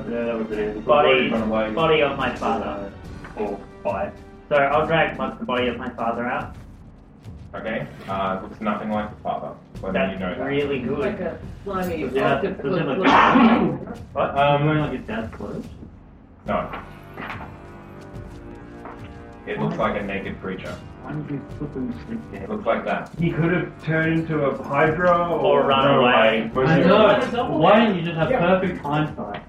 Speaker 10: Mm-hmm. yeah, that was it.
Speaker 6: Body,
Speaker 10: Run away.
Speaker 6: body of my father.
Speaker 10: Or
Speaker 6: five. So I'll drag my, the body of my father out.
Speaker 7: Okay. Uh, looks nothing like the father. Whether
Speaker 6: That's
Speaker 7: you know that.
Speaker 6: really good.
Speaker 9: Like a slimy.
Speaker 10: Was it
Speaker 6: Uh,
Speaker 10: like-
Speaker 9: octopus
Speaker 10: was it like-
Speaker 9: looking-
Speaker 7: What?
Speaker 10: I'm
Speaker 7: Um,
Speaker 10: wearing like a dad clothes.
Speaker 7: no. It looks like a naked creature.
Speaker 10: Why did you flip him sleep
Speaker 7: It
Speaker 10: dead?
Speaker 7: looks like that.
Speaker 8: He could have turned into a hydra or,
Speaker 6: Or run away.
Speaker 8: Was
Speaker 10: I
Speaker 8: it-
Speaker 7: [LAUGHS]
Speaker 10: know. Why didn't you just have perfect hindsight?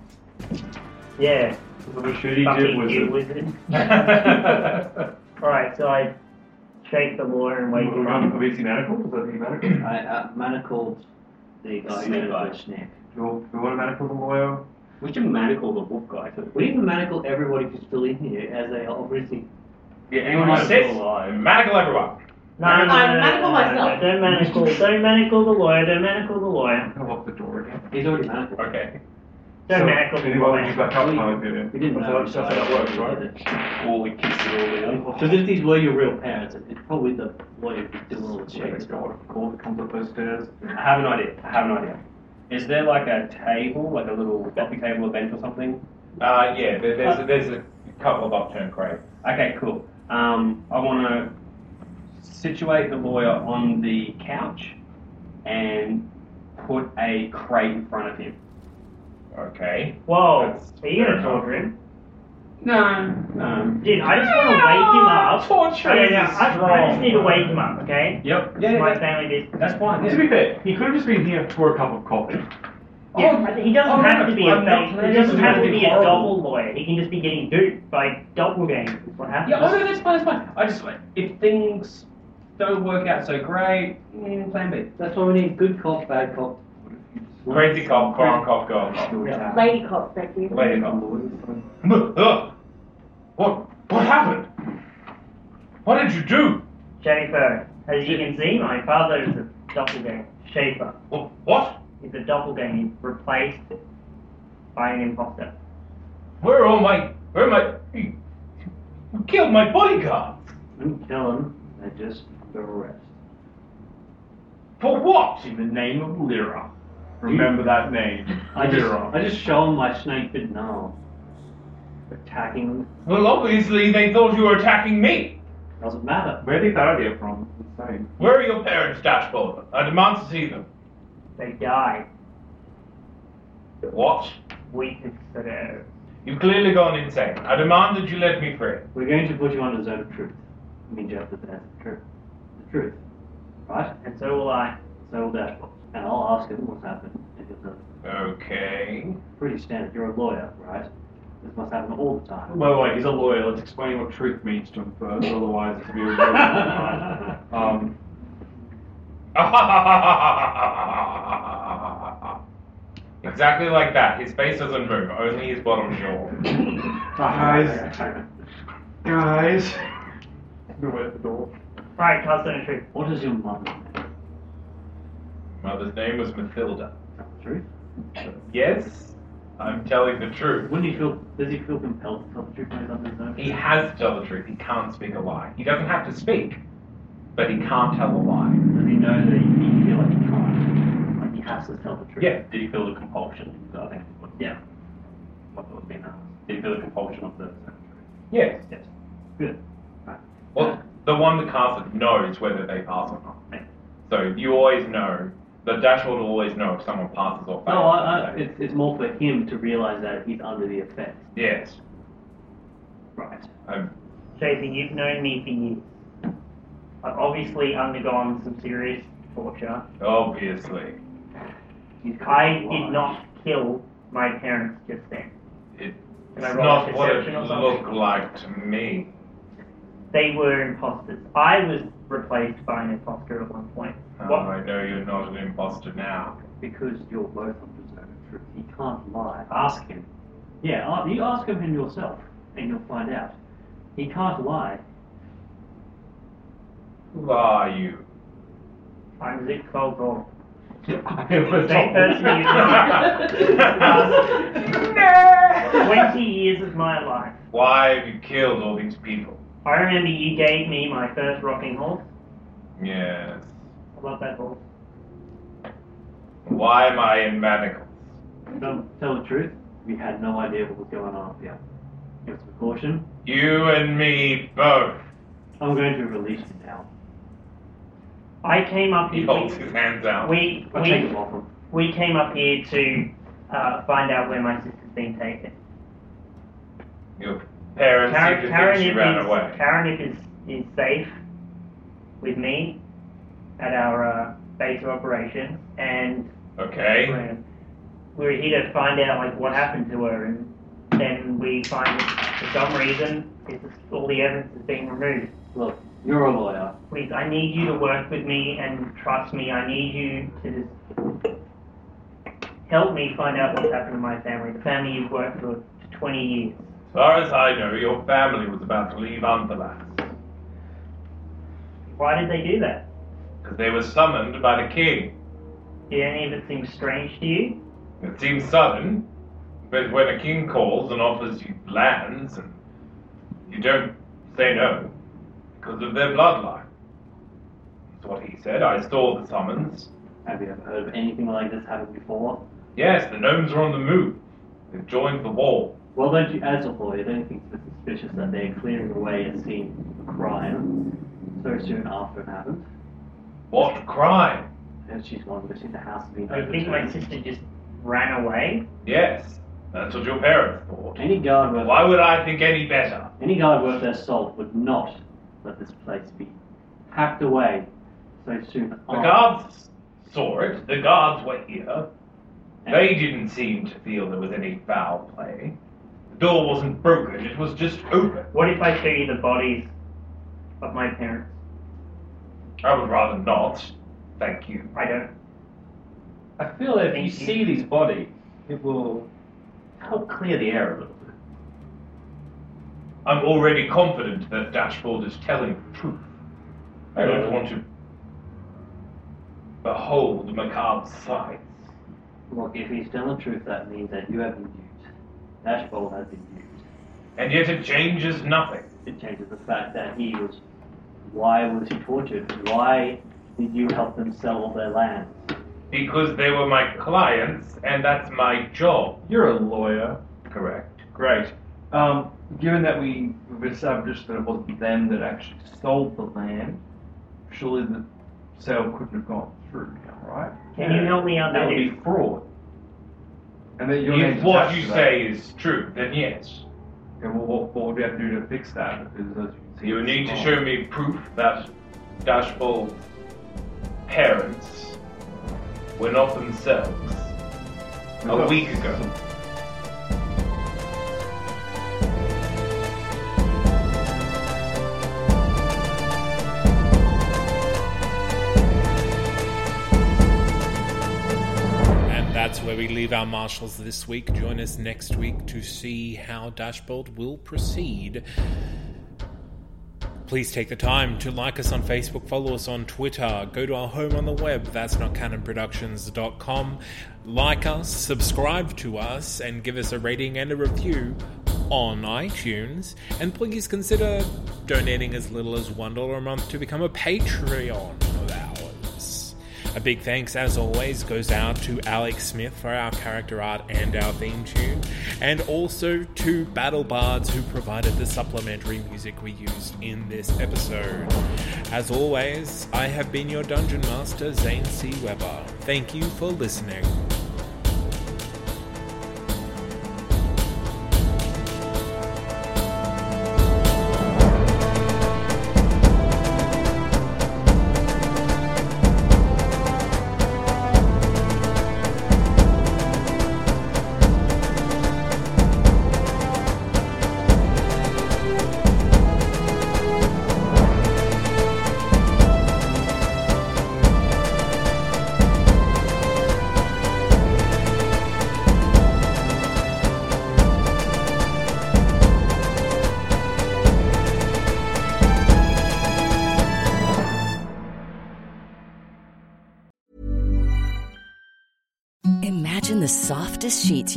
Speaker 6: Yeah.
Speaker 8: What a shitty dude
Speaker 6: Fucking
Speaker 8: was
Speaker 6: you,
Speaker 8: it?
Speaker 6: wizard. Alright, so I shake the lawyer and wait.
Speaker 7: [LAUGHS]
Speaker 8: Run, have you seen manacles? Have you seen manacles?
Speaker 10: I uh, manacled the guy
Speaker 6: Snake
Speaker 10: who
Speaker 6: guy.
Speaker 10: was a snake.
Speaker 8: Do you do you want to manacle the lawyer?
Speaker 10: We should manacle the wolf guy. too. We need to manacle everybody who's still in here, as they are obviously.
Speaker 7: Yeah, anyone who
Speaker 10: Might as
Speaker 7: sits,
Speaker 10: well lie.
Speaker 7: manacle everyone.
Speaker 6: No, no, no,
Speaker 9: I
Speaker 6: no,
Speaker 9: manacle
Speaker 6: no, no,
Speaker 9: myself.
Speaker 6: no, Don't manacle, don't manacle the lawyer, don't manacle the lawyer.
Speaker 8: I'll lock the door again.
Speaker 10: He's already manacled.
Speaker 7: Okay.
Speaker 6: Don't
Speaker 8: So,
Speaker 6: manacle the
Speaker 8: anyone who's
Speaker 6: lawyer.
Speaker 8: back up now, did it?
Speaker 10: We didn't
Speaker 8: That's
Speaker 10: know.
Speaker 8: how- That's how it works, right?
Speaker 10: All the kids are all down. So if these were your real parents, it- it's probably the lawyer who's doing all the
Speaker 8: Check
Speaker 10: checks.
Speaker 8: the door. Call that comes up those stairs.
Speaker 4: I have an idea. I have an idea. Is there like a table, like a little coffee table or bench or something?
Speaker 7: Uh, yeah, there, there's, a, there's a couple of upturned crates.
Speaker 4: Okay, cool. Um, I want to situate the lawyer on the couch and put a crate in front of him.
Speaker 7: Okay.
Speaker 6: Whoa, are you gonna torture him?
Speaker 4: No, no.
Speaker 6: Dude, I just wanna wake him up.
Speaker 7: Torture
Speaker 6: Okay, no, I, I just need to wake him up, okay?
Speaker 4: Yep.
Speaker 6: It's
Speaker 4: Yeah,
Speaker 6: my
Speaker 4: yeah,
Speaker 6: family business.
Speaker 4: that's fine.
Speaker 8: To
Speaker 4: Yeah.
Speaker 8: be fair, he could have just been here for a cup of coffee.
Speaker 6: Yeah, he doesn't
Speaker 7: oh,
Speaker 6: have
Speaker 7: no,
Speaker 6: to be a
Speaker 7: I'm not
Speaker 6: fake. He
Speaker 7: planning
Speaker 6: doesn't
Speaker 7: to
Speaker 6: have to
Speaker 7: be
Speaker 6: be a
Speaker 7: horrible.
Speaker 6: double lawyer. He can just be getting duped by doppelgangers. is What
Speaker 4: Yeah, oh
Speaker 6: happens?
Speaker 4: no, that's fine, that's fine. I just, like, if things don't work out so great, mm, plan B.
Speaker 10: That's why we need good cop, bad cop.
Speaker 7: Crazy cop, crime cop, girl.
Speaker 9: Lady cop, thank you.
Speaker 7: Lady cop. Ugh. What? What happened? What did you do?
Speaker 6: Schaefer, as you can see, my father is a doppelganger. Schaefer
Speaker 7: Wh- What?
Speaker 6: is a doppelganger He's replaced by an imposter.
Speaker 7: Where are all my? Where are my? You you killed my bodyguard.
Speaker 10: Didn't kill him. They just the arrest.
Speaker 7: For what?
Speaker 8: In the name of Lyra. Remember that name.
Speaker 10: I just,
Speaker 8: Lyra.
Speaker 10: I just show him my snake bitten arm. Attacking them
Speaker 7: Well, obviously they thought you were attacking me.
Speaker 10: doesn't matter.
Speaker 8: Where did that idea from? Insane.
Speaker 7: Where are your parents, Dashboard? I demand to see them.
Speaker 6: They died
Speaker 7: What?
Speaker 6: weeks ago.
Speaker 7: You've clearly gone insane. I demand that you let me free.
Speaker 10: We're going to put you on a zone of truth. I mean, just the zone of truth. The truth. Right?
Speaker 6: And so will I.
Speaker 10: So will Dashboard. And I'll ask him what's happened. And he'll tell me.
Speaker 7: Okay. [LAUGHS]
Speaker 10: Pretty standard. You're a lawyer, right? This must happen all the time.
Speaker 8: Well, wait, he's a lawyer. Let's explain what truth means to him first, otherwise it's going to be a real long time.
Speaker 4: [LAUGHS]
Speaker 8: Um,
Speaker 7: exactly like that. His face doesn't move, only his bottom jaw.
Speaker 8: guys, guys. The way at the door.
Speaker 6: Right, cousin and truth.
Speaker 10: [LAUGHS] What is your mother's name?
Speaker 7: Mother's name was Mathilda.
Speaker 10: Truth?
Speaker 7: Yes, I'm telling the truth.
Speaker 10: Wouldn't he feel? Does he feel compelled to tell the truth when he's under his own?
Speaker 7: He has to tell the truth. He can't speak a lie. He doesn't have to speak, but he can't tell a lie.
Speaker 10: Does he know that he, he feel like he can't? Like he has to tell the truth.
Speaker 7: Yeah.
Speaker 4: Did he feel the compulsion? So I think that's what,
Speaker 10: Yeah.
Speaker 4: what was being asked. Did he feel the compulsion of the
Speaker 7: Yes.
Speaker 4: Yes.
Speaker 10: Good.
Speaker 7: Well, the one that casts it knows whether they pass or not.
Speaker 10: Right.
Speaker 7: So you always know. The dashboard will always know if someone passes or fails.
Speaker 10: No, I, I, it's, it's more for him to realize that he's under the effect.
Speaker 7: yes.
Speaker 10: Right.
Speaker 7: I'm,
Speaker 6: Schaefer, you've known me for years. I've obviously undergone some serious torture.
Speaker 7: obviously.
Speaker 10: He's
Speaker 6: I did not kill my parents just then.
Speaker 7: it,
Speaker 6: Can I
Speaker 7: it's
Speaker 6: roll a
Speaker 7: not what it
Speaker 6: perception or something?
Speaker 7: looked like to me.
Speaker 6: They were imposters. I was replaced by an imposter at one point.
Speaker 10: Oh.
Speaker 7: Um,
Speaker 6: What?
Speaker 7: I know you're not an imposter now.
Speaker 10: Because you're both undeserved truth. He can't lie. Ask him. Yeah, uh, you ask him him yourself, and you'll find out. He can't lie.
Speaker 7: Who are you?
Speaker 6: I'm Zip Colgore.
Speaker 7: Tom.
Speaker 6: Same person you know. Last 20 years of my life.
Speaker 7: Why have you killed all these people?
Speaker 6: I remember you gave me my first rocking horse.
Speaker 7: Yes.
Speaker 6: I love that horse.
Speaker 7: Why am I in manacles?
Speaker 10: Tell, tell the truth, we had no idea what was going on up here. It was precaution.
Speaker 7: You and me both.
Speaker 10: I'm going to release you now.
Speaker 6: I came up
Speaker 7: He
Speaker 6: here.
Speaker 7: holds his hands out.
Speaker 6: We,
Speaker 10: I'll take him
Speaker 6: we,
Speaker 10: off him.
Speaker 6: we came up here to uh, find out where my sister's been taken.
Speaker 7: Your parents seem
Speaker 6: Karen,
Speaker 7: to
Speaker 6: Karen,
Speaker 7: think
Speaker 6: if
Speaker 7: she ran
Speaker 6: is,
Speaker 7: away.
Speaker 6: Karen if is, is safe with me at our uh, base of operations, and
Speaker 7: Okay.
Speaker 6: we're, we're here to find out like what happened to her, and then we find that for some reason it's just all the evidence is being removed.
Speaker 10: Look, you're a lawyer.
Speaker 6: Please, I need you to work with me and trust me. I need you to just help me find out what's happened to my family, the family you've worked with for 20 years.
Speaker 7: As far as I know, your family was about to leave Anthalas.
Speaker 6: Why did they do that?
Speaker 7: Because they were summoned by the king.
Speaker 6: Did any of it seem strange to you?
Speaker 7: It seems sudden, but when a king calls and offers you lands, and you don't say no because of their bloodline. That's what he said. I saw the summons.
Speaker 10: Have you ever heard of anything like this happen before?
Speaker 7: Yes, the gnomes are on the move. They've joined the wall.
Speaker 10: Well, don't you, as a lawyer, don't you think it's suspicious that they're clearing away a scene of crime so soon after it happened?
Speaker 7: What crime?
Speaker 10: And she's gone missing, the house has been
Speaker 6: I think my
Speaker 10: overturned.
Speaker 6: sister just ran away.
Speaker 7: Yes, that's what your parents thought.
Speaker 10: Any guard worth
Speaker 7: Why would I think any better?
Speaker 10: any guard worth their salt would not let this place be hacked away so soon
Speaker 7: The
Speaker 10: after.
Speaker 7: guards saw it. The guards were here. They didn't seem to feel there was any foul play. The door wasn't broken. It was just open.
Speaker 6: What if I show you the bodies of my parents?
Speaker 7: I would rather not. Thank you.
Speaker 6: I don't.
Speaker 4: I feel if you
Speaker 6: Thank you.
Speaker 4: see these bodies, it will help clear the air a little bit.
Speaker 7: I'm already confident that Dashboard is telling the truth. I don't want to behold macabre sights.
Speaker 10: Look, if he's telling the truth, that means that you have been used. Dashbowl has been used.
Speaker 7: And yet it changes nothing.
Speaker 10: It changes the fact that he was. Why was he tortured? Why did you help them sell all their land?
Speaker 7: Because they were my clients, and that's my job.
Speaker 8: You're a lawyer.
Speaker 7: Correct.
Speaker 8: Great. Um, given that we we've established that it wasn't them that actually sold the land, surely the sale couldn't have gone through now, right?
Speaker 6: Can you help me out
Speaker 4: That would
Speaker 6: there?
Speaker 4: be fraud.
Speaker 8: And that your name's
Speaker 7: If what
Speaker 8: attached
Speaker 7: you
Speaker 8: to that.
Speaker 7: say is true, then yes.
Speaker 8: Okay, well, what, what would we have to do to fix that? Because as you can see,
Speaker 7: You
Speaker 8: it's
Speaker 7: need to
Speaker 8: not-
Speaker 7: show me proof that Dashbold's parents were not themselves a week ago.
Speaker 5: And that's where we leave our marshals this week. Join us next week to see how Dashbold will proceed. Please take the time to like us on Facebook, follow us on Twitter, go to our home on the web, that's not canonproductions.com. Like us, subscribe to us, and give us a rating and a review on iTunes. And please consider donating as little as $1 a month to become a Patreon of ours. A big thanks, as always, goes out to Alex Smith for our character art and our theme tune, and also to Battle Bards who provided the supplementary music we used in this episode. As always, I have been your Dungeon Master, Zane C. Weber. Thank you for listening.
Speaker 9: Imagine the softest sheets